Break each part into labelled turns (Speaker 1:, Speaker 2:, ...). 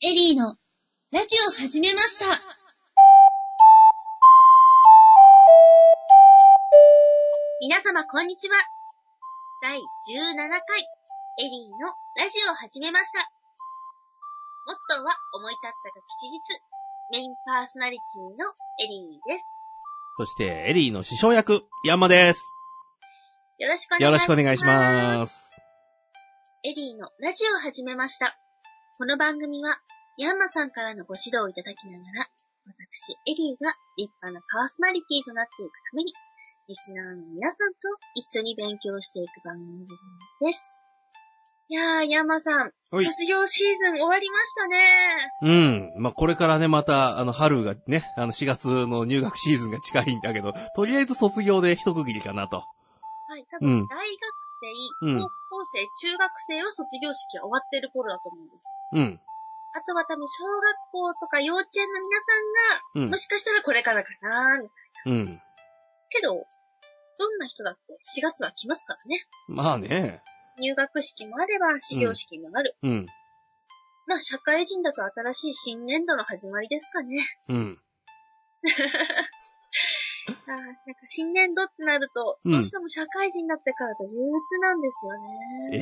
Speaker 1: エリーのラジオ始めました。皆様こんにちは。第17回、エリーのラジオ始めました。モットーは思い立ったが吉日、メインパーソナリティのエリーです。
Speaker 2: そして、エリーの師匠役、ヤンマです。
Speaker 1: よろしくお願いします。
Speaker 2: よろしくお願いします。
Speaker 1: エリーのラジオを始めました。この番組は、ヤンマさんからのご指導をいただきながら、私、エリーが立派なパーソナリティとなっていくために、リスナーの皆さんと一緒に勉強していく番組です。いやー、ヤンマさん、
Speaker 2: おい。
Speaker 1: 卒業シーズン終わりましたね
Speaker 2: うん。まあ、これからね、また、あの、春がね、あの、4月の入学シーズンが近いんだけど、とりあえず卒業で一区切りかなと。
Speaker 1: はい、多
Speaker 2: う
Speaker 1: 分、
Speaker 2: ん
Speaker 1: 大学生、
Speaker 2: うん
Speaker 1: 高校生、中学生は卒業式が終わってる頃だと思うんです。
Speaker 2: うん。
Speaker 1: あとは多分、小学校とか幼稚園の皆さ
Speaker 2: うん
Speaker 1: が、
Speaker 2: ん
Speaker 1: も。しかしたらこれからかなー、
Speaker 2: うん。
Speaker 1: けど、どんな人だって4月は来ますからね。
Speaker 2: まあね。
Speaker 1: 入学式もあれば、始業式もある。
Speaker 2: うん。
Speaker 1: まあ、社会人だと新しい新年度の始まりですかね。
Speaker 2: うん。
Speaker 1: あーなんか新年度ってなると、
Speaker 2: うん
Speaker 1: どうしても社会人になってからと憂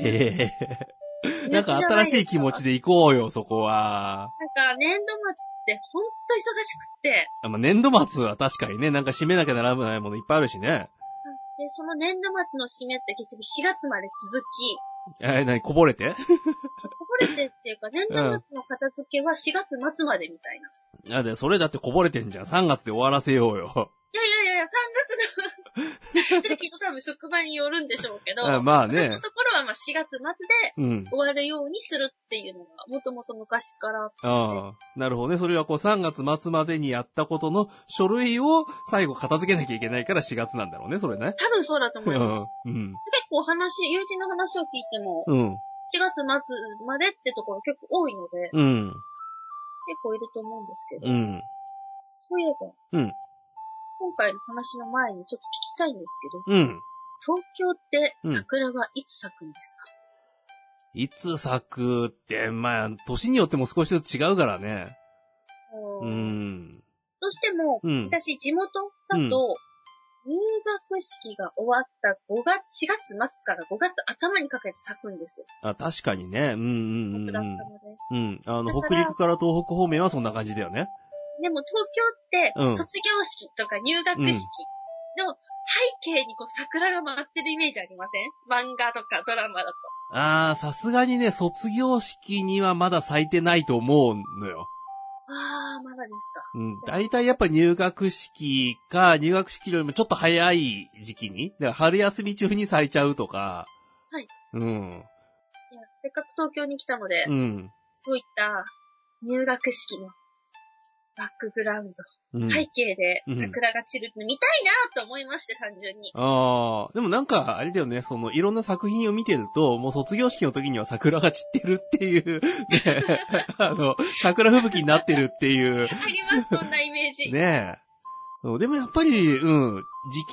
Speaker 1: 鬱なんですよね。
Speaker 2: え えなんか新しい気持ち
Speaker 1: で。
Speaker 2: で行こうよ、そこは。
Speaker 1: なんか、年度末ってほんと忙しくって、
Speaker 2: あまあ、年度末は確かにね、なんか締めなきゃならないものいっぱいあるしね。
Speaker 1: で、その年度末の締めって結局4月まで続き、
Speaker 2: えー、なに、こぼれて
Speaker 1: こぼれてっていうか、年度末の片付けは4月末までみたいな。
Speaker 2: あ、で、それだってこぼれてんじゃん。3月で終わらせようよ。
Speaker 1: いやいやいや、3月の、ちょっと きっと多分職場によるんでしょうけど、
Speaker 2: あまあ
Speaker 1: 私
Speaker 2: ね
Speaker 1: の。ところはまあ4月末で
Speaker 2: うん。
Speaker 1: 終わるようにするっていうのが、もともと昔からあっ
Speaker 2: ああ、なるほどね。それはこう3月末までにやったことの書類を最後片付けなきゃいけないから4月なんだろうね、それね。
Speaker 1: た、多分そうだと
Speaker 2: う
Speaker 1: 思います。
Speaker 2: ん。うん。
Speaker 1: 結構お話、友人の話を聞いても、
Speaker 2: うん。
Speaker 1: 4月末までってところ結構多いので、
Speaker 2: うん。
Speaker 1: 結構いると思うんですけど、
Speaker 2: うん。
Speaker 1: そういえば、
Speaker 2: うん
Speaker 1: 今回の話の前にちょっと聞きたいんですけど、
Speaker 2: うん。
Speaker 1: 東京って
Speaker 2: うん
Speaker 1: 桜はいつ咲くんですか、
Speaker 2: いつ咲くって、まあ、年によっても少しずつ違うからね。
Speaker 1: もう
Speaker 2: うん。
Speaker 1: どうしても、
Speaker 2: うん。
Speaker 1: 私、地元だと、
Speaker 2: うん
Speaker 1: 入学式が終わった5月、4月末から5月頭にかけて咲くんですよ。
Speaker 2: あ、確かにね。うんうん
Speaker 1: 僕だ
Speaker 2: うんう
Speaker 1: ったの
Speaker 2: ん。
Speaker 1: で。
Speaker 2: うん。あ
Speaker 1: だ
Speaker 2: の、
Speaker 1: から
Speaker 2: 北陸から東北方面はそんな感じだよね。
Speaker 1: でも東京
Speaker 2: う
Speaker 1: って、
Speaker 2: ん
Speaker 1: 卒業式とか入学式の背景にこう桜が回ってるイメージありません漫画とかドラマだと。
Speaker 2: ああ、さすがにね、卒業式にはまだ咲いてないと思うのよ。
Speaker 1: あー、まだですか。
Speaker 2: うん、大体やっぱ入学式か、入学式よりもちょっと早い時期に、だから春休み中に咲いちゃうとか、
Speaker 1: はい。
Speaker 2: うん。
Speaker 1: いや、せっかく東京に来たので、
Speaker 2: うん。
Speaker 1: そういった入学式のバックグラウンド、
Speaker 2: うん、
Speaker 1: 背。景で
Speaker 2: うん
Speaker 1: 桜が散るの見たいなと思いまして、単純に。
Speaker 2: ああ、でもなんか、あれだよね、その、いろんな作品を見てると、もう卒業式の時には桜が散ってるっていう、 ね、あの、桜吹雪になってるっていう、
Speaker 1: あります、そんなイメージ。
Speaker 2: ねえ。そうでもやっぱり、うん、時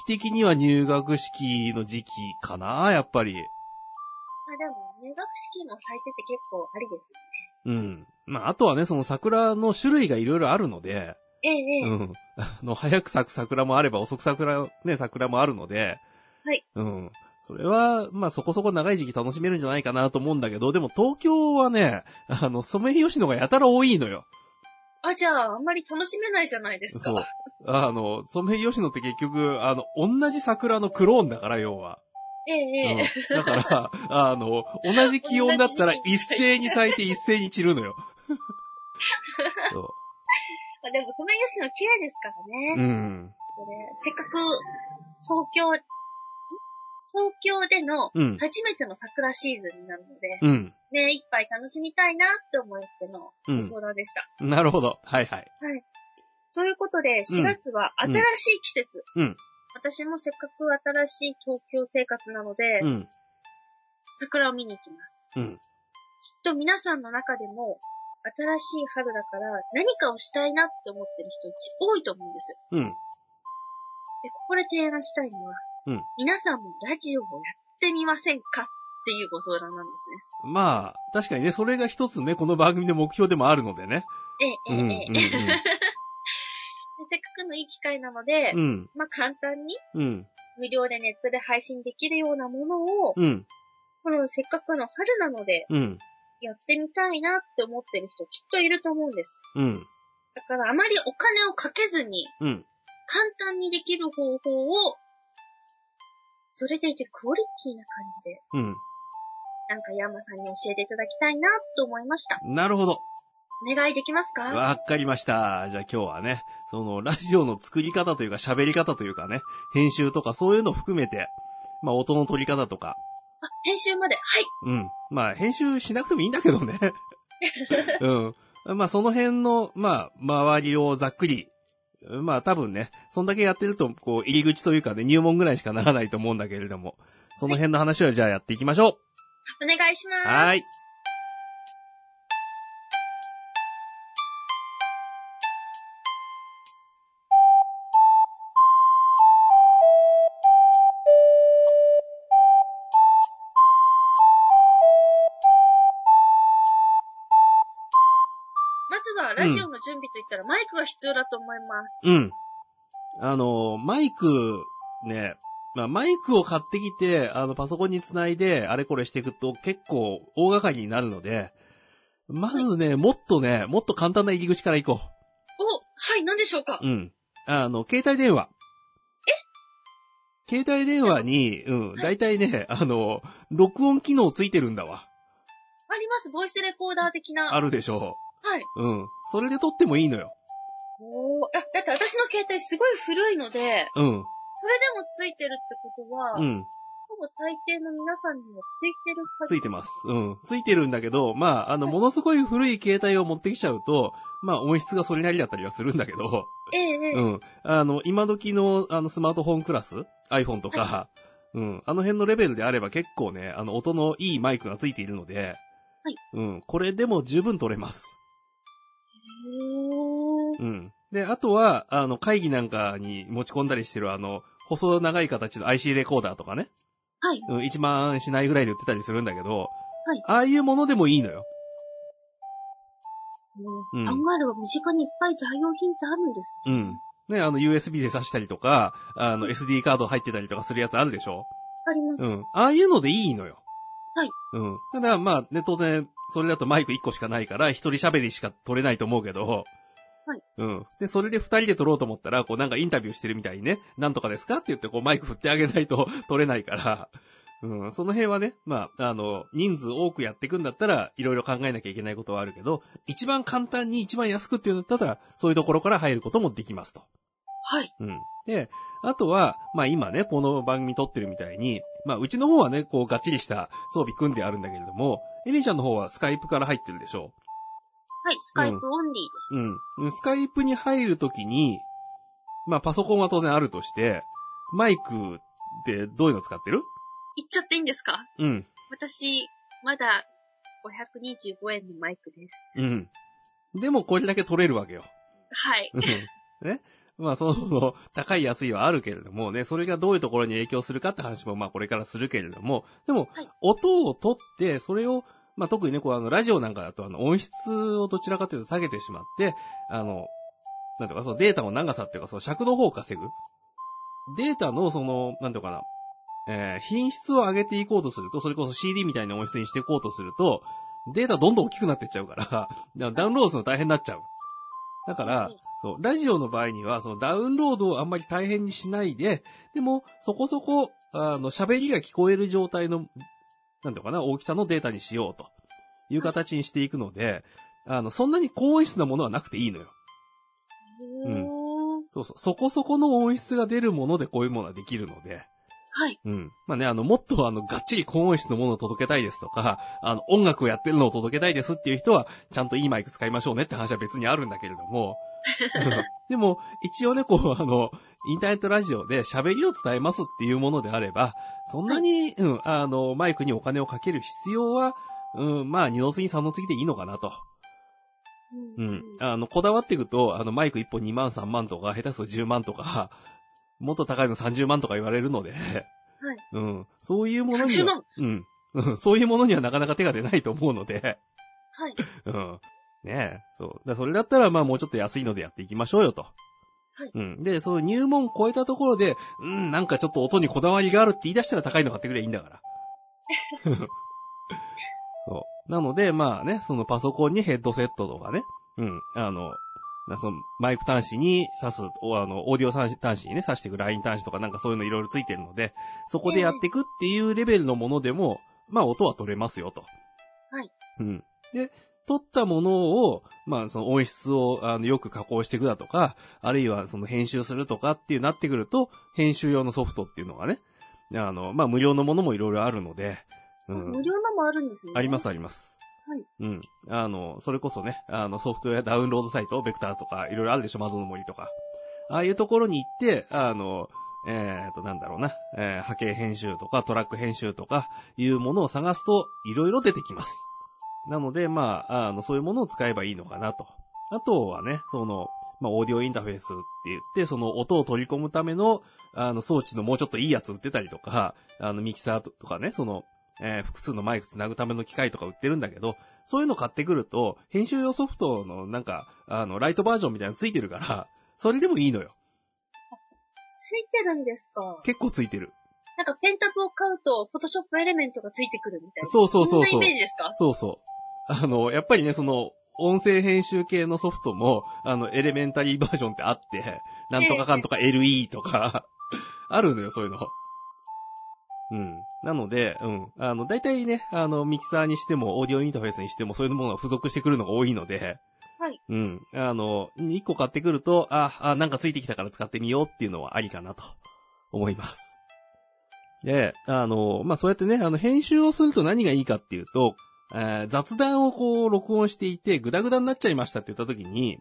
Speaker 2: 期的には入学式の時期かな、やっぱり。
Speaker 1: まあでも、入学式も咲いてて結構ありですよ
Speaker 2: うん。まあ、あとはね、その桜の種類がいろいろあるので、
Speaker 1: ね。ええ、ええ。
Speaker 2: うん。あの、早く咲く桜もあれば、遅く桜、ね、桜もあるので。
Speaker 1: はい。
Speaker 2: うん。それは、まあ、そこそこ長い時期楽しめるんじゃないかなと思うんだけど、でも東京はね、あの、ソメイヨシノがやたら多いのよ。
Speaker 1: あ、じゃあ、あんまり楽しめないじゃないですか。
Speaker 2: そう。あの、ソメイヨシノって結局、あの、同じ桜のクローンだから、要は。
Speaker 1: ええ、ええ。
Speaker 2: うん。だから、あの、同じ気温だったら
Speaker 1: 同じ
Speaker 2: 一斉に咲いて一斉に散るの よ。そ
Speaker 1: まあでも、ソメイヨシノ綺麗ですからね。
Speaker 2: う。うん。
Speaker 1: それせっかく、東京、ん東京での
Speaker 2: うん。
Speaker 1: 初めての桜シーズンになるので、
Speaker 2: うん。
Speaker 1: 目いっぱい楽しみたいなって思っての
Speaker 2: うん
Speaker 1: ご相談でした。
Speaker 2: なるほど。はいはい。
Speaker 1: ということで、4月は新しい季節。
Speaker 2: うん
Speaker 1: 私もせっかく新しい東京生活なので、
Speaker 2: うん。
Speaker 1: 桜を見に行きます。
Speaker 2: うん。
Speaker 1: きっと皆さんの中でも、新しい春だから何かをしたいなって思ってる人多いと思うんですよ。
Speaker 2: うん。
Speaker 1: で、ここで提案したいのは、
Speaker 2: うん
Speaker 1: 皆さんもラジオをやってみませんかっっていうご相談なんですね。
Speaker 2: まあ、確かにね、それが一つね、この番組の目標でもあるのでね。
Speaker 1: ええ、ええ、ええ。
Speaker 2: うんうんうん
Speaker 1: せっかくのいい機会なので、
Speaker 2: うん、
Speaker 1: まあ簡単に
Speaker 2: うん、
Speaker 1: 無料でネットで配信できるようなものを、
Speaker 2: うん、
Speaker 1: このせっかくの春なので
Speaker 2: うん、
Speaker 1: やってみたいなって思ってる人きっといると思うんです。
Speaker 2: うん、
Speaker 1: だからあまりお金をかけずに
Speaker 2: うん。
Speaker 1: 簡単にできる方法を、それでいてクオリティな感じで、
Speaker 2: うん。
Speaker 1: なんかヤンマさんに教えていただきたいなと思いました。
Speaker 2: なるほど。
Speaker 1: お願いできますか
Speaker 2: わかりました。じゃあ今日はね、そのラジオの作り方というか喋り方というかね、編集とかそういうの含めて、まあ音の取り方とか、
Speaker 1: あ、編集まで。はい。
Speaker 2: うん。まあ、編集しなくてもいいんだけど ね。うん。まあ、その辺の、まあ、周りをざっくり、まあ、多分ね、そんだけやってると、こう、入り口というかね、入門ぐらいしかならないと思うんだけれども、その辺の話をじゃあやっていきましょ
Speaker 1: お願いし
Speaker 2: う。
Speaker 1: ます。
Speaker 2: はーい。
Speaker 1: まずは、ラジオの準備といったら、マイクが必要だと思います。
Speaker 2: うん。あの、マイク、ね、まあ、マイクを買ってきて、あの、パソコンにつないで、あれこれしていくと結構大掛かりになるので、まずね、もっとね、もっと簡単な入り口から行こ
Speaker 1: お、はい、何でしょうか
Speaker 2: う。うん。あの、携帯電話。え携帯電話に、う
Speaker 1: は
Speaker 2: ん、
Speaker 1: い
Speaker 2: だいたいね、あの、録音機能ついてるんだわ。
Speaker 1: あります、ボイスレコーダー的な。
Speaker 2: あるでしょ
Speaker 1: はい。
Speaker 2: う。うん。それで撮ってもいいのよ。
Speaker 1: おーあ、だって私の携帯すごい古いので、
Speaker 2: うん。
Speaker 1: それでもついてるってことは、
Speaker 2: うん。
Speaker 1: ほぼ大抵の皆さんにもついてる感じ。
Speaker 2: ついてます。うん。ついてるんだけど、まあ、あの、ものすごい古い携帯を持ってきちゃうと、まあ、音質がそれなりだったりはするんだけど、
Speaker 1: ええええ
Speaker 2: うん。あの、今時の、あの、スマートフォンクラス ?iPhone とか、うん。あの辺のレベルであれば結構ね、あの、音のいいマイクがついているので、
Speaker 1: はい。
Speaker 2: うん。これでも十分撮れます。
Speaker 1: おー
Speaker 2: うん。で、あとは、あの、会議なんかに持ち込んだりしてる、あの、細長い形の IC レコーダーとかね。
Speaker 1: はい。
Speaker 2: うん、1万円しないぐらいで売ってたりするんだけど、
Speaker 1: はい
Speaker 2: ああいうものでもいいのよ。う
Speaker 1: うんん、考えれば身近にいっぱい代用品ってあるんです。
Speaker 2: うん。ね、あの、USB で挿したりとか、あの、SD カード入ってたりとかするやつあるでしょ
Speaker 1: あります。
Speaker 2: うん。ああいうのでいいのよ。
Speaker 1: はい。
Speaker 2: うん。ただ、まあね、当然、それだとマイク1個しかないから、一人喋りしか取れないと思うけど、
Speaker 1: はい。
Speaker 2: うん。で、それで二人で撮ろうと思ったら、こうなんかインタビューしてるみたいにね、なんとかですかって言って、こうマイク振ってあげないと 撮れないから、うん。その辺はね、まあ、あの、人数多くやっていくんだったら、いろいろ考えなきゃいけないことはあるけど、一番簡単に一番安くっていうんだったら、そういうところから入ることもできますと。
Speaker 1: はい。
Speaker 2: うん。で、あとは、まあ今ね、この番組撮ってるみたいに、まあうちの方はね、こうがっちりした装備組んであるんだけれども、エリーちゃんの方はスカイプから入ってるでしょ
Speaker 1: はい、スカイプオンリーです。
Speaker 2: う。うん。スカイプに入るときに、まあパソコンは当然あるとして、マイクってどういうの使ってる
Speaker 1: 言っちゃっていいんですか
Speaker 2: うん。
Speaker 1: 私、まだ525円のマイクです。
Speaker 2: うん。でもこれだけ撮れるわけよ。
Speaker 1: はい。
Speaker 2: うんね。まあ、その、高い安いはあるけれどもね、それがどういうところに影響するかって話も、まあ、これからするけれども、でも
Speaker 1: はい、
Speaker 2: 音を取って、それを、まあ、特にね、こう、あの、ラジオなんかだと、あの、音質をどちらかというと下げてしまって、あの、なんていうか、そのデータの長さっていうか、その尺度法を稼ぐ。データの、その、なんていうかな、えー品質を上げていこうとすると、それこそ CD みたいな音質にしていこうとすると、データどんどん大きくなっていっちゃうからだから、 ダウンロードするの大変になっちゃう。だから
Speaker 1: うん、
Speaker 2: そう、ラジオの場合には、そのダウンロードをあんまり大変にしないで、でも、そこそこ、あの、喋りが聞こえる状態の、なんていうのかな、大きさのデータにしようという形にしていくので、あの、そんなに高音質なものはなくていいのよ。
Speaker 1: うーん
Speaker 2: そうそう、そこそこの音質が出るものでこういうものはできるので、
Speaker 1: はい。
Speaker 2: うん。まあね、あの、もっとあの、がっちり高音質のものを届けたいですとか、あの、音楽をやってるのを届けたいですっていう人は、ちゃんといいマイク使いましょうねって話は別にあるんだけれども、 でも、一応ね、こう、あの、インターネットラジオで喋りを伝えますっていうものであれば、そんなに、うん、あの、マイクにお金をかける必要は、うん、まあ、二の次三の次でいいのかなと。う。
Speaker 1: うん。
Speaker 2: あの、こだわっていくと、あの、マイク1本2万3万とか、下手すると10万とか、もっと高いの30万とか言われるので、はいうん。そういうものには。
Speaker 1: 30万
Speaker 2: うん。うん そういうものにはなかなか手が出ないと思うので、
Speaker 1: はい。
Speaker 2: うん。ねえ、そう。だからそれだったら、まあもうちょっと安いのでやっていきましょうよと。
Speaker 1: はい
Speaker 2: うん。で、その入門超えたところで、うん、なんかちょっと音にこだわりがあるって言い出したら高いの買ってくればいいんだから。 そう。なので、まあね、そのパソコンにヘッドセットとかね、うん、あの、なそのマイク端子に挿す、おあの、オーディオ端子端子にね、挿していくライン端子とかなんかそういうのいろいろついてるので、そこでやっていくっていうレベルのものでも、まあ音は取れますよと。
Speaker 1: はい。
Speaker 2: うん。で、取ったものを、まあその音質をあのよく加工していくだとか、あるいはその編集するとかっていうなってくると、編集用のソフトっていうのがね、あの、まあ無料のものもいろいろあるので、う
Speaker 1: 無料のもあるんですね。
Speaker 2: ありますあります。
Speaker 1: はい。
Speaker 2: うん。あの、それこそね、あの、ソフトウェアダウンロードサイト、ベクターとか、いろいろあるでしょ、窓の森とか。ああいうところに行って、あの、えっ、と、なんだろうな、えー波形編集とか、トラック編集とか、いうものを探すと、いろいろ出てきます。なので、まあ、あの、そういうものを使えばいいのかなと。あとはね、その、まあ、オーディオインターフェースって言って、その音を取り込むための、あの、装置のもうちょっといいやつ売ってたりとか、あの、ミキサーとかね、その、えー複数のマイク繋ぐための機械とか売ってるんだけど、そういうの買ってくると、編集用ソフトのなんか、あの、ライトバージョンみたいなのついてるから、それでもいいのよ。
Speaker 1: ついてるんですか。
Speaker 2: 結構ついてる。
Speaker 1: なんかペンタブを買うと、フォトショップエレメントがついてくるみたいな。
Speaker 2: そうそうそうそ
Speaker 1: ん
Speaker 2: う
Speaker 1: なイメー。ジですか
Speaker 2: そうそう。あの、やっぱりね、その、音声編集系のソフトも、あの、エレメンタリーバージョンってあって、なんとかかんとか LE とか、 あるのよ、そういうの。うん。なので、うん。あの、大体ね、あの、ミキサーにしても、オーディオインターフェースにしても、そういうものが付属してくるのが多いので、
Speaker 1: はい。
Speaker 2: うん。あの、1個買ってくると、あ、あ、なんかついてきたから使ってみようっていうのはありかなと、思います。で、あの、まあ、そうやってね、あの、編集をすると何がいいかっていうと、えー雑談をこう、録音していて、グダグダになっちゃいましたって言った時に
Speaker 1: はい、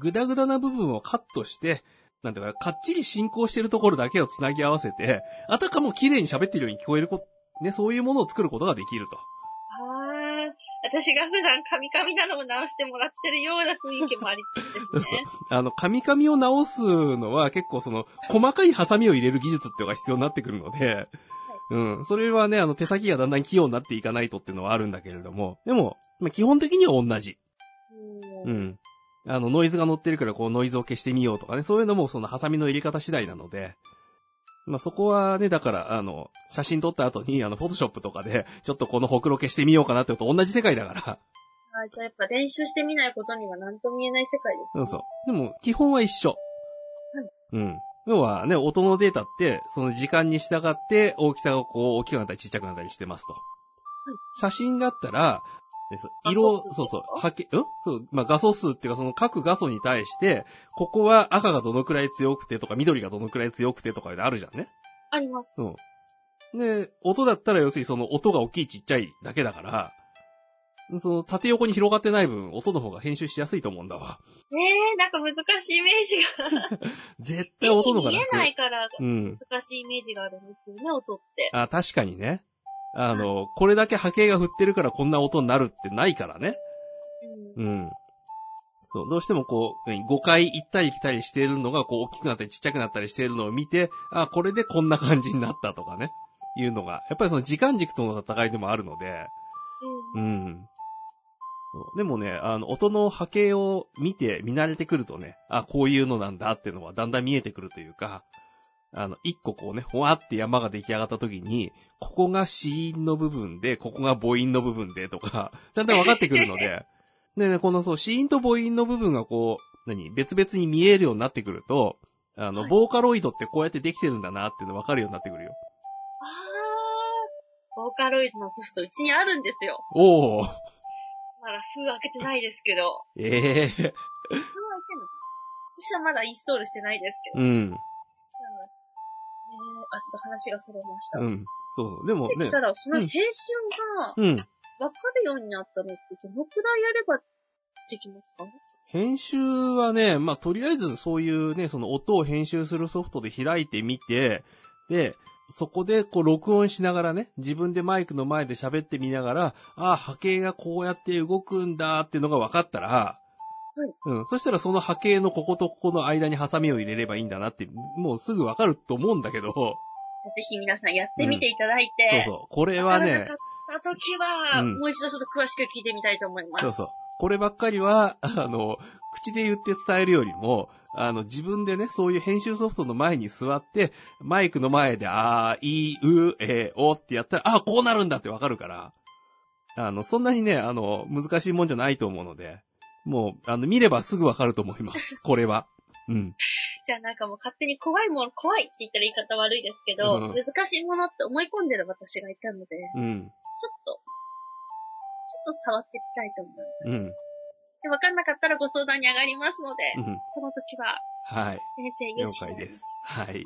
Speaker 2: グダグダな部分をカットして、なんていうか、かっちり進行してるところだけを繋ぎ合わせて、あたかも綺麗に喋ってるように聞こえるこ、ね、そういうものを作ることができると。
Speaker 1: あー、私が普段カミカミなのを直してもらってるような雰囲気もありつつですね。
Speaker 2: あの、カミカミを直すのは結構その、細かいハサミを入れる技術っていうのが必要になってくるので、うん。それはね、あの、手先がだんだん器用になっていかないとっていうのはあるんだけれども、でも、まあ、基本的には同じ。
Speaker 1: う
Speaker 2: うんん。あの、ノイズが乗ってるから、こう、ノイズを消してみようとかね、そういうのも、その、ハサミの入れ方次第なので、まあ、そこはね、だから、あの、写真撮った後に、あの、フォトショップとかで、ちょっとこのほくろ消してみようかなってのと同じ世界だか
Speaker 1: あ
Speaker 2: ら。
Speaker 1: ーじゃあやっぱ練習してみないことには何とも言えない世界です、
Speaker 2: そ
Speaker 1: ね。
Speaker 2: うそう。でも、基本は一緒。うん。要はね、音のデータって、その時間に従って大きさがこう大きくなったり小さくなったりしてますと。写真だったら、です
Speaker 1: 画
Speaker 2: 色
Speaker 1: 素数ですか
Speaker 2: を、そうそう、波形、んそう、まあ画素数っていうかその各画素に対して、ここは赤がどのくらい強くてとか緑がどのくらい強くてとかあるじゃんね。
Speaker 1: あります。
Speaker 2: うん。で、音だったら要するにその音が大きいちっちゃいだけだから、その縦横に広がってない分、音の方が編集しやすいと思うんだわ。
Speaker 1: ねえ、なんか難しいイメージが。
Speaker 2: 絶対
Speaker 1: 絵
Speaker 2: 音の
Speaker 1: に
Speaker 2: 方が
Speaker 1: 見え
Speaker 2: 楽。
Speaker 1: ないから
Speaker 2: うん。
Speaker 1: 難しいイメージがあるんですよね、音って。
Speaker 2: あ、確かにね。あの、これだけ波形が振ってるからこんな音になるってないからね。
Speaker 1: うん
Speaker 2: うん。そう、どうしてもこう、5回行ったり来たりしてるのが、こう、大きくなったりちっちゃくなったりしてるのを見て、あ、これでこんな感じになったとかね。いうのが、やっぱりその時間軸との戦いでもあるので、
Speaker 1: う
Speaker 2: うんん。そうでもね、あの、音の波形を見て、見慣れてくるとね、あ、こういうのなんだっていうのはだんだん見えてくるというか、あの、一個こうね、ほわって山が出来上がった時に、ここが死因の部分で、ここが母音の部分でとか、 だんだん分かってくるの で、でね、このそう、死因と母音の部分がこう、何、別々に見えるようになってくると、あの、
Speaker 1: はい
Speaker 2: ボーカロイドってこうやってできてるんだなっていうの分かるようになってくるよ。
Speaker 1: あー、ボーカロイドのソフトうちにあるんですよ。
Speaker 2: おー、
Speaker 1: まだ封開けてないですけど。
Speaker 2: ええ
Speaker 1: 封開けんの私はまだインストールしてないですけど。
Speaker 2: うん、
Speaker 1: うんえー、あ、ちょっと話がそれました。
Speaker 2: うん。そうそう。でも
Speaker 1: 出て
Speaker 2: ね
Speaker 1: き、たら、その
Speaker 2: うん
Speaker 1: 編集が
Speaker 2: うん。
Speaker 1: わかるようになったのって、どのくらいやればできますか
Speaker 2: 編集はね、まあ、とりあえずそういうね、その音を編集するソフトで開いてみて、で、そこでこう録音しながらね、自分でマイクの前で喋ってみながら、ああ、波形がこうやって動くんだっていうのが分かったら、うん。そしたらその波形のこことここの間にハサミを入れればいいんだなって、もうすぐ分かると思うんだけど、
Speaker 1: じゃあぜひ皆さんやってみていただいて。
Speaker 2: そうそう。これは
Speaker 1: わから
Speaker 2: ね
Speaker 1: なか、った時は、
Speaker 2: うん
Speaker 1: もう一度ちょっと詳しく聞いてみたいと思います。
Speaker 2: そうそう。こればっかりは、あの、口で言って伝えるよりも、あの、自分でね、そういう編集ソフトの前に座って、マイクの前で、あー、い、う、えー、おってやったら、あー、こうなるんだってわかるから。あの、そんなにね、あの、難しいもんじゃないと思うので、もう、あの、見ればすぐわかると思います。これは。うん。
Speaker 1: じゃあなんかもう勝手に怖いもの、怖いって言ったら言い方悪いですけど、
Speaker 2: うん
Speaker 1: 難しいものって思い込んでる私がいたので、ちょっ
Speaker 2: うん。
Speaker 1: と、ちょっと触っていきたいと思います。
Speaker 2: うん。
Speaker 1: で、わかんなかったらご相談に上がりますので、
Speaker 2: うん。
Speaker 1: その時は、
Speaker 2: はい。
Speaker 1: 先生よ
Speaker 2: 了
Speaker 1: ろしくお
Speaker 2: 解
Speaker 1: 願いし
Speaker 2: で。
Speaker 1: ます
Speaker 2: はい。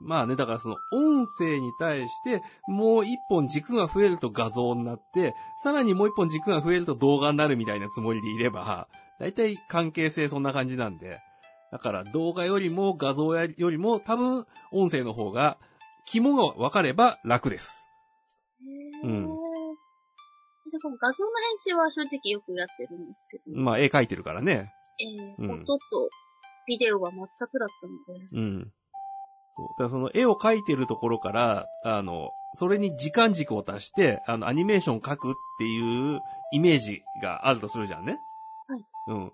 Speaker 2: まあね、だからその音声に対して、もう一本軸が増えると画像になって、さらにもう一本軸が増えると動画になるみたいなつもりでいれば、だいたい関係性そんな感じなんで、だから動画よりも画像やよりも多分音声の方が肝が分かれば楽です。
Speaker 1: へー
Speaker 2: うん
Speaker 1: じゃあこの画像の編集は正直よくやってるんですけど、
Speaker 2: まあ絵描いてるからね。
Speaker 1: えー
Speaker 2: うん
Speaker 1: 音とビデオは全くだったので、
Speaker 2: うん。そうだからその絵を描いてるところから、あの、それに時間軸を足して、あの、アニメーションを描くっていうイメージがあるとするじゃんね。
Speaker 1: はい。
Speaker 2: うん。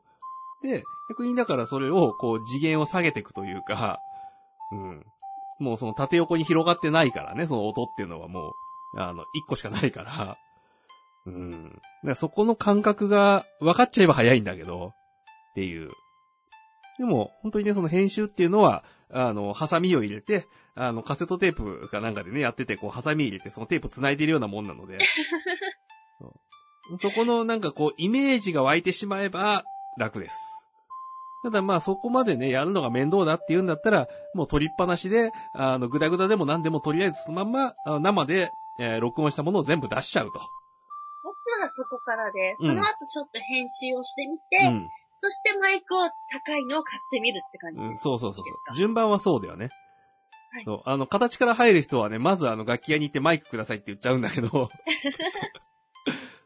Speaker 2: で、逆にだからそれを、こう、次元を下げていくというか、うん。もうその縦横に広がってないからね、その音っていうのはもう、あの、一個しかないから。うん。だからそこの感覚が分かっちゃえば早いんだけど、っていう。でも、本当にね、その編集っていうのは、あの、ハサミを入れて、あの、カセットテープかなんかでね、やってて、こう、ハサミ入れて、そのテープ繋いでるようなもんなので。そうそこの、なんかこう、イメージが湧いてしまえば、楽です。ただまあ、そこまでね、やるのが面倒だって言うんだったら、もう取りっぱなしで、あの、グダグダでも何でもとりあえずそのまんま、あの生で、えー録音したものを全部出しちゃうと。
Speaker 1: まずはそこからで、
Speaker 2: うん
Speaker 1: その後ちょっと編集をしてみて、
Speaker 2: うん。
Speaker 1: そしてマイクを高いのを買ってみるって感じ
Speaker 2: うん、
Speaker 1: です。
Speaker 2: そうそう
Speaker 1: い
Speaker 2: そ
Speaker 1: い
Speaker 2: う
Speaker 1: です
Speaker 2: そ
Speaker 1: か
Speaker 2: う。順番はそうだよね。
Speaker 1: はい
Speaker 2: そうあの、形から入る人はね、まずあの、楽器屋に行ってマイクくださいって言っちゃうんだ けど。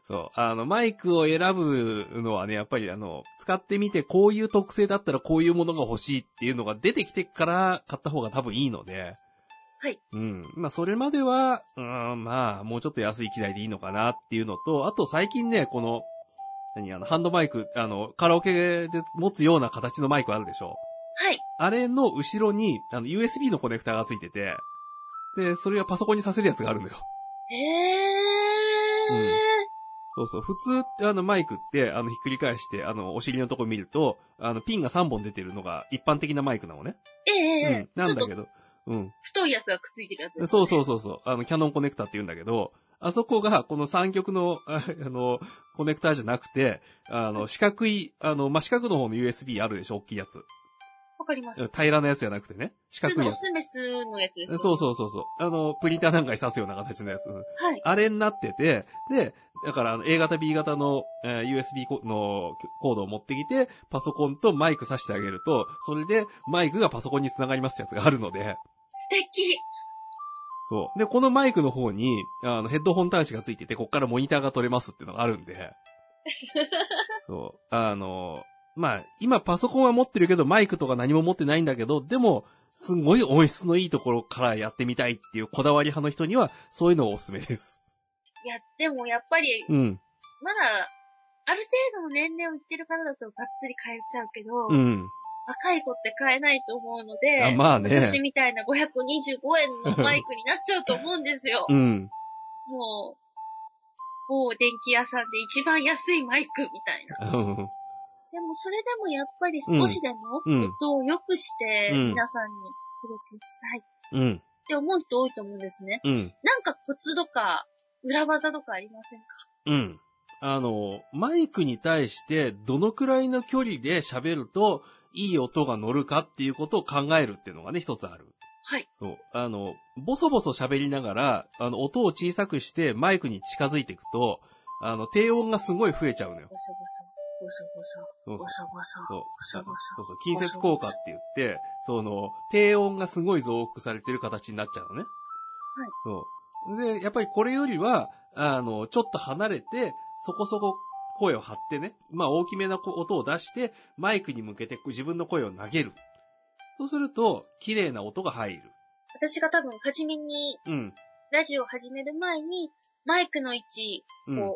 Speaker 2: そう。あの、マイクを選ぶのはね、やっぱりあの、使ってみて、こういう特性だったらこういうものが欲しいっていうのが出てきてから買った方が多分いいので。
Speaker 1: はい。
Speaker 2: うん。まあ、それまでは、うーん、まあ、もうちょっと安い機材でいいのかなっていうのと、あと最近ね、この、何、あの、ハンドマイク、あの、カラオケで持つような形のマイクあるでしょ
Speaker 1: はい。
Speaker 2: あれの後ろに、あの、USB のコネクタがついてて、で、それをパソコンにさせるやつがあるのよ。
Speaker 1: へー。
Speaker 2: うんそうそう。普通って、あの、マイクって、あの、ひっくり返して、あの、お尻のとこ見ると、あの、ピンが3本出てるのが一般的なマイクなのね。
Speaker 1: ええええ
Speaker 2: うん。なん
Speaker 1: ちょ
Speaker 2: だ
Speaker 1: っと
Speaker 2: けど。うん。
Speaker 1: 太いやつがくっついてるやつです、
Speaker 2: そうそうそうそう。あの、キャノンコネクタって言うんだけど、あそこが、この三極の、 ああの、コネクタじゃなくて、あの、四角い、あの、まあ、四角の方の USB あるでしょ大きいやつ。
Speaker 1: わかります。普
Speaker 2: 平らなやつじゃなくてね。
Speaker 1: 通
Speaker 2: 四角い
Speaker 1: の
Speaker 2: や
Speaker 1: オ
Speaker 2: つ。
Speaker 1: スメスのやつです。
Speaker 2: そうそうそうそう。あの、プリンターなんかに刺すような形のやつ。うん
Speaker 1: はい。
Speaker 2: あれになってて、で、だからあの A 型 B 型の、えー USB コのコードを持ってきて、パソコンとマイク挿してあげると、それでマイクがパソコンに繋がりますってやつがあるので、
Speaker 1: 素敵。
Speaker 2: そう。で、このマイクの方に、あの、ヘッドホン端子がついてて、こっからモニターが取れますっていうのがあるんで、そう。あの、まあ、今パソコンは持ってるけど、マイクとか何も持ってないんだけど、でも、すんごい音質のいいところからやってみたいっていうこだわり派の人には、そういうのをおすすめです。
Speaker 1: いや、でもやっぱり、
Speaker 2: うん。
Speaker 1: まだ、ある程度の年齢をいってる方だとがっつり変えちゃうけど、
Speaker 2: うん。
Speaker 1: 若い子って変えないと思うので、
Speaker 2: あまあね
Speaker 1: 私みたいな525円のマイクになっちゃうと思うんですよ。
Speaker 2: うん。
Speaker 1: もう、某電気屋さんで一番安いマイクみたいな。
Speaker 2: うん
Speaker 1: でもそれでもやっぱり少しでも
Speaker 2: うんうん
Speaker 1: 音を良くして
Speaker 2: うん
Speaker 1: 皆さんに届けしたいっ
Speaker 2: うん。
Speaker 1: て思う人多いと思うんですね。
Speaker 2: うん。
Speaker 1: なんかコツとか裏技とかありませんか
Speaker 2: うん。あの、マイクに対してどのくらいの距離で喋るといい音が乗るかっていうことを考えるっていうのがね、一つある。
Speaker 1: はい。
Speaker 2: そう。あの、ボソボソ喋りながら、あの、音を小さくしてマイクに近づいていくと、あの、低音がすごい増えちゃうのよ。
Speaker 1: ボソボソ、ボソ
Speaker 2: そ
Speaker 1: ボ
Speaker 2: う
Speaker 1: ソ、ボソボソ。
Speaker 2: そう。
Speaker 1: そうそう
Speaker 2: そうそう。近接効果って言って、その、低音がすごい増幅されてる形になっちゃうのね。はい。そう。で、やっぱりこれよりは、あの、ちょっと離れて、そこそこ声を張ってね、まあ大きめな音を出して、マイクに向けて自分の声を投げる。そうすると、綺麗な音が入る。
Speaker 1: 私が多分初めに、
Speaker 2: うん。
Speaker 1: ラジオを始める前に、マイクの位置
Speaker 2: う
Speaker 1: を
Speaker 2: ん。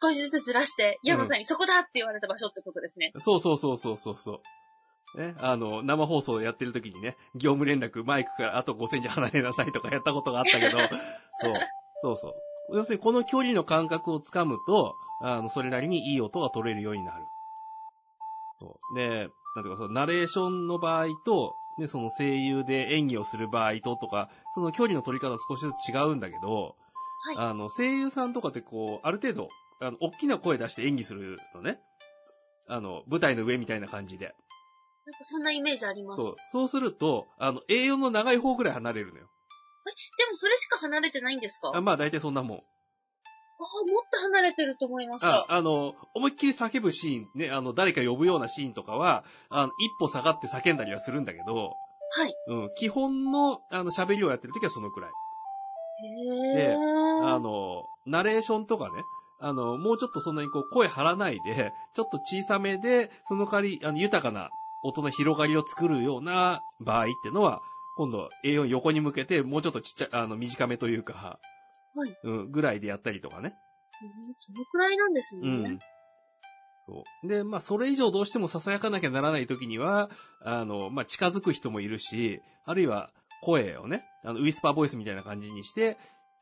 Speaker 1: 少しずつずらして、ヤマさんにそこだって言われた場所ってことですね。
Speaker 2: そうそうそうそうそうそう。ね、あの、生放送やってる時にね、業務連絡、マイクからあと5センチ離れなさいとかやったことがあったけ ど、そう、そうそう。要するにこの距離の感覚をつかむと、あの、それなりにいい音が取れるようになる。そう。で、なんていうか、そのナレーションの場合と、ね、その声優で演技をする場合ととか、その距離の取り方少しずつ違うんだけど、
Speaker 1: はい
Speaker 2: あの、声優さんとかってこう、ある程度、あの、大きな声出して演技するのね。あの、舞台の上みたいな感じで。
Speaker 1: なんかそんなイメージあります。で
Speaker 2: そう
Speaker 1: も。
Speaker 2: そうすると、あの、A4 の長い方ぐらい離れるのよ。
Speaker 1: それしか離れてないんですかあ
Speaker 2: あまあ、大体そんなもん。
Speaker 1: あ、もっと離れてると思いまし
Speaker 2: あ
Speaker 1: た。、
Speaker 2: あの、思いっきり叫ぶシーン、ね、あの、誰か呼ぶようなシーンとかは、あの、一歩下がって叫んだりはするんだけど、
Speaker 1: はい。
Speaker 2: うん、基本の、あの、喋りをやってる時はそのくらい。
Speaker 1: へえ。
Speaker 2: であの、ナレーションとかね、あの、もうちょっとそんなにこう声張らないで、 ちょっと小さめで、その代わり、あの、豊かな音の広がりを作るような場合ってのは、今度 A4 横に向けて、もうちょっとちっちゃ、あの、短めというか、
Speaker 1: はい
Speaker 2: うん、ぐらいでやったりとかね。
Speaker 1: うんそのくらいなんですね。
Speaker 2: うん。そう。で、まあ、それ以上どうしても囁かなきゃならない時には、あの、まあ、近づく人もいるし、あるいは声をね、あの、ウィスパーボイスみたいな感じにして、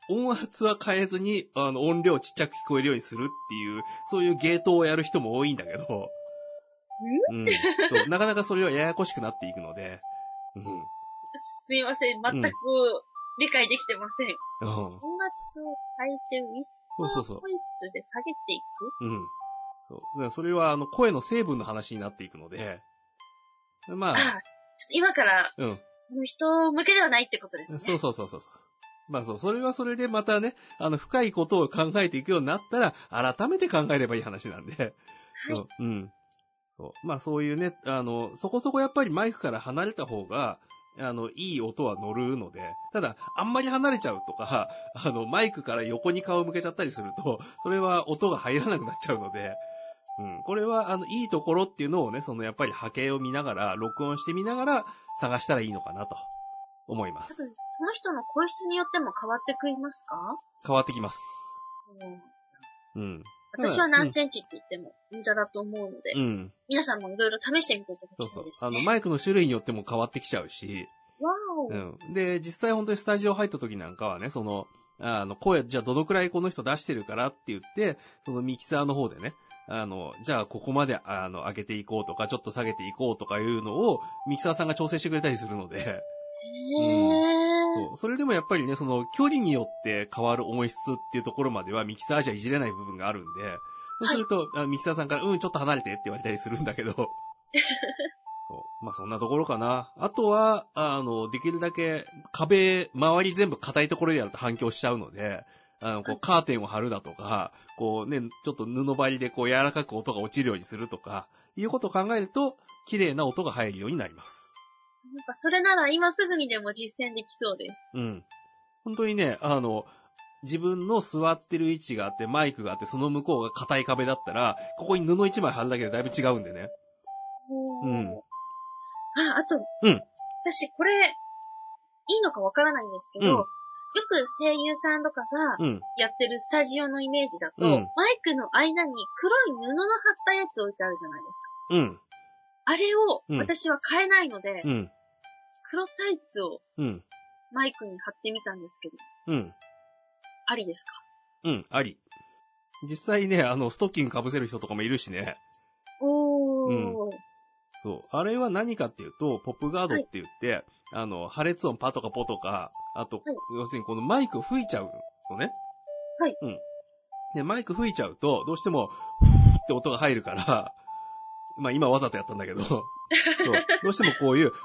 Speaker 2: 音圧は変えずに、あの、音量ちっちゃく聞こえるようにするっていう、そういうゲートをやる人も多いんだけど、うん。そう、なかなかそれはややこしくなっていくので、うん。
Speaker 1: すみません。全く理解できてません。
Speaker 2: うん。
Speaker 1: 音圧を変えてウィス
Speaker 2: そうそう
Speaker 1: パ
Speaker 2: そ
Speaker 1: ー
Speaker 2: う
Speaker 1: ボイスで下げていく
Speaker 2: うん。そう。だからそれは、あの、声の成分の話になっていくので、
Speaker 1: あ
Speaker 2: ま
Speaker 1: あ、ちょっ
Speaker 2: あ、
Speaker 1: と今から、
Speaker 2: うん。
Speaker 1: この人向けではないってことですね。
Speaker 2: そうそうそうそうそう。まあそう、それはそれでまたね、あの、深いことを考えていくようになったら、改めて考えればいい話なんで。
Speaker 1: はい。
Speaker 2: うん。うんそう。まあそういうね、あの、そこそこやっぱりマイクから離れた方が、あの、いい音は乗るので、ただ、あんまり離れちゃうとか、あの、マイクから横に顔を向けちゃったりすると、それは音が入らなくなっちゃうので、うん。これは、あの、いいところっていうのをね、そのやっぱり波形を見ながら、録音してみながら、探したらいいのかなと、思いま
Speaker 1: 多
Speaker 2: す
Speaker 1: 分、。その人の声質によっても変わってくりますか
Speaker 2: 変わってきます。
Speaker 1: うん
Speaker 2: うん。
Speaker 1: 私は何センチって言っても無駄だと思うので、
Speaker 2: うん。
Speaker 1: 皆さんもいろいろ試してみていただ
Speaker 2: そう
Speaker 1: きた
Speaker 2: そ
Speaker 1: いうで。す
Speaker 2: あの、
Speaker 1: ね。
Speaker 2: マイクの種類によっても変わってきちゃうし、
Speaker 1: わ
Speaker 2: う
Speaker 1: ーお。
Speaker 2: ん。で、実際本当にスタジオ入った時なんかはね、その、あの、声、じゃあどのくらいこの人出してるからって言って、そのミキサーの方でね、あの、じゃあここまで、あの、上げていこうとか、ちょっと下げていこうとかいうのを、ミキサーさんが調整してくれたりするので、
Speaker 1: へー。
Speaker 2: そう。それでもやっぱりね、その、距離によって変わる音質っていうところまではミキサーじゃいじれない部分があるんで、そうすると、あミキサーさんから、うん、ちょっと離れてって言われたりするんだけ ど。そうまあそんなところかな。あとは、あの、できるだけ壁、周り全部硬いところでやると反響しちゃうので、あの、こう、カーテンを張るだとか、こうね、ちょっと布張りでこう柔らかく音が落ちるようにするとか、いうことを考えると、綺麗な音が入るようになります。
Speaker 1: なんかそれなら今すぐにでも実践できそうです。
Speaker 2: うん。本当にね、あの、自分の座ってる位置があって、マイクがあって、その向こうが硬い壁だったら、ここに布一枚貼るだけでだいぶ違うんでね。うん
Speaker 1: あ、あと、
Speaker 2: うん
Speaker 1: 私これ、いいのかわからないんですけど、
Speaker 2: うん
Speaker 1: よく声優さんとかが
Speaker 2: うん。
Speaker 1: やってるスタジオのイメージだと、
Speaker 2: うん
Speaker 1: マイクの間に黒い布の貼ったやつ置いてあるじゃないですか。
Speaker 2: うん。
Speaker 1: あれを
Speaker 2: うん
Speaker 1: 私は買えないので、
Speaker 2: うん。
Speaker 1: 黒タイツを
Speaker 2: うん。
Speaker 1: マイクに貼ってみたんですけど、
Speaker 2: うん。
Speaker 1: ありですか
Speaker 2: うん。あり。実際ね、あの、ストッキング被せる人とかもいるしね。
Speaker 1: おー。
Speaker 2: そう。あれは何かっていうと、ポップガードって言って、あの、破裂音パとかポとか、あと、
Speaker 1: はい
Speaker 2: 要するにこのマイク吹いちゃうのね。
Speaker 1: はい。
Speaker 2: うん。で、マイク吹いちゃうと、どうしても、ふーって音が入るから、まあ今わざとやったん だけど、そうどうしてもこういう、ふ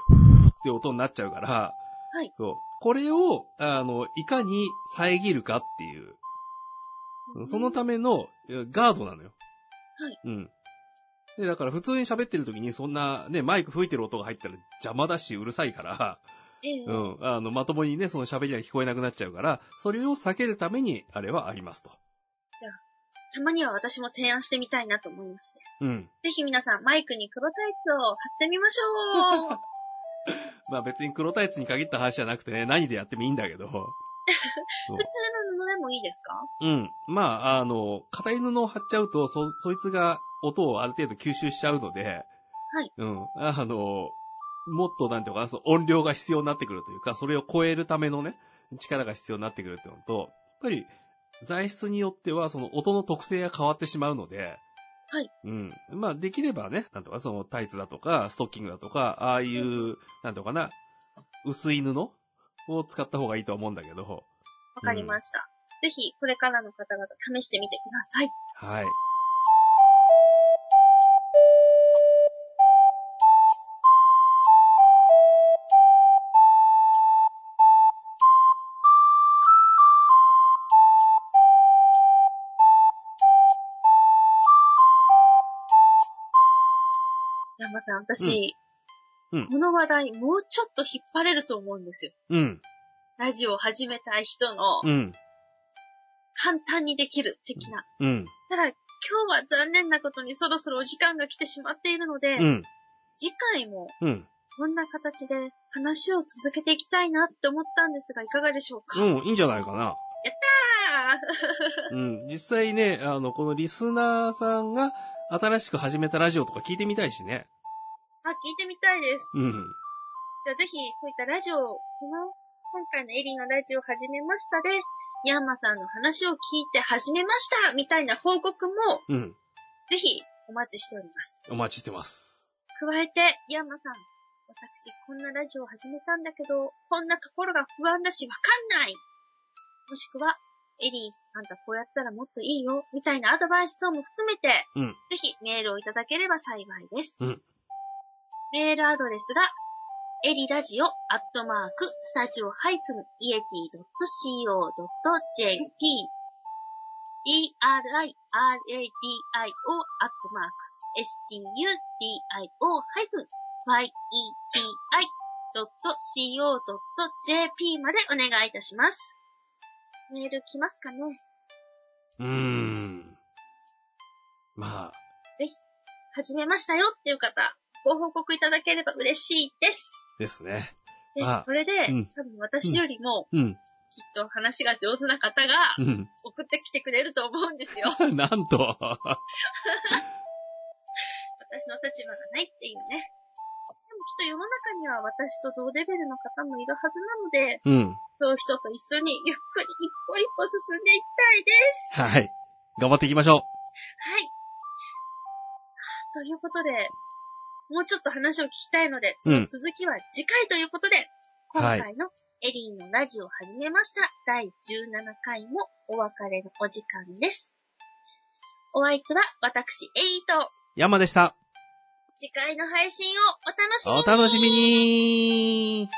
Speaker 2: ーって音になっちゃうから、
Speaker 1: はい
Speaker 2: そう。これを、あの、いかに遮るかっていう、そのためのえーガードなのよ。
Speaker 1: はい。
Speaker 2: うん。で、だから普通に喋ってる時にそんなね、マイク吹いてる音が入ったら邪魔だし、うるさいから、
Speaker 1: ええ
Speaker 2: うん。あの、まともにね、その喋りが聞こえなくなっちゃうから、それを避けるために、あれはありますと。
Speaker 1: たまには私も提案してみたいなと思いまして。
Speaker 2: うん。
Speaker 1: ぜひ皆さん、マイクに黒タイツを貼ってみましょう
Speaker 2: まあ別に黒タイツに限った話じゃなくてね、何でやってもいいんだけど。そう
Speaker 1: 普通の布でもいいですか
Speaker 2: うん。まあ、あの、硬い布を貼っちゃうと、そ、そいつが音をある程度吸収しちゃうので、
Speaker 1: はい。
Speaker 2: うん。あの、もっとなんていうのかな、その音量が必要になってくるというか、それを超えるためのね、力が必要になってくるっていうのと、やっぱり、材質によっては、その音の特性が変わってしまうので、
Speaker 1: はい。
Speaker 2: うん。まあ、できればね、なんとか、そのタイツだとか、ストッキングだとか、ああいう、なんとかな、薄い布を使った方がいいとは思うんだけど、
Speaker 1: わかりました。ぜひ、これからの方々試してみてください。
Speaker 2: はい。
Speaker 1: 山さん、私、
Speaker 2: うんうん
Speaker 1: この話題、もうちょっと引っ張れると思うんですよ。
Speaker 2: うん。
Speaker 1: ラジオを始めたい人の、
Speaker 2: うん。
Speaker 1: 簡単にできる的な。
Speaker 2: うん。
Speaker 1: ただ、今日は残念なことにそろそろお時間が来てしまっているので、
Speaker 2: うん。
Speaker 1: 次回も
Speaker 2: うん。
Speaker 1: こんな形で話を続けていきたいなって思ったんですが、いかがでしょう か、
Speaker 2: うん、いいんじゃないかな。
Speaker 1: あー
Speaker 2: うん。実際ね、あの、このリスナーさんが新しく始めたラジオとか聞いてみたいしね。
Speaker 1: あ、聞いてみたいです。
Speaker 2: うん。
Speaker 1: じゃあぜひ、そういったラジオ、この、今回のエリーのラジオ始めましたで、ヤンマさんの話を聞いて始めましたみたいな報告も、
Speaker 2: うん。
Speaker 1: ぜひ、お待ちしております。
Speaker 2: お待ちしてます。
Speaker 1: 加えて、ヤンマさん、私、こんなラジオを始めたんだけど、こんなところが不安だし、わかんないもしくは、エリー、あんたこうやったらもっといいよ、みたいなアドバイス等も含めて、
Speaker 2: うん
Speaker 1: ぜひメールをいただければ幸いです。
Speaker 2: うん
Speaker 1: メールアドレスが、エリラジオアットマーク、スタジオハイフン、イエティ .co.jp、eriradio アットマーク、studio ハイフン、yeti.co.jp までお願いいたします。メール来ますかね
Speaker 2: うーん。まあ、
Speaker 1: 始めましたよっていう方、ご報告いただければ嬉しいです。
Speaker 2: ですね。
Speaker 1: で
Speaker 2: あ、
Speaker 1: それで、
Speaker 2: うん
Speaker 1: 多分私よりも、
Speaker 2: うん。
Speaker 1: きっと話が上手な方が
Speaker 2: うん。
Speaker 1: 送ってきてくれると思うんですよ。私
Speaker 2: なんと。
Speaker 1: の立場がないっていうね。でもきっと世の中には私と同レベルの方もいるはずなので、
Speaker 2: うん。
Speaker 1: そういう人と一緒にゆっくり一歩一歩進んでいきたいです。
Speaker 2: はい。頑張っていきましょ
Speaker 1: はい。ということで、もうちょっと話を聞きたいので、その続きは次回ということで、今
Speaker 2: はい
Speaker 1: 回のエリーのラジオを始めました、第17回もお別れのお時間です。お相手は私、エリーと、
Speaker 2: う。山でした。
Speaker 1: 次回の配信をお楽しみに
Speaker 2: お楽しみに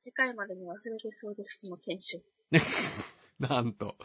Speaker 1: 次回までに忘れてそうです、この検証。
Speaker 2: なんと。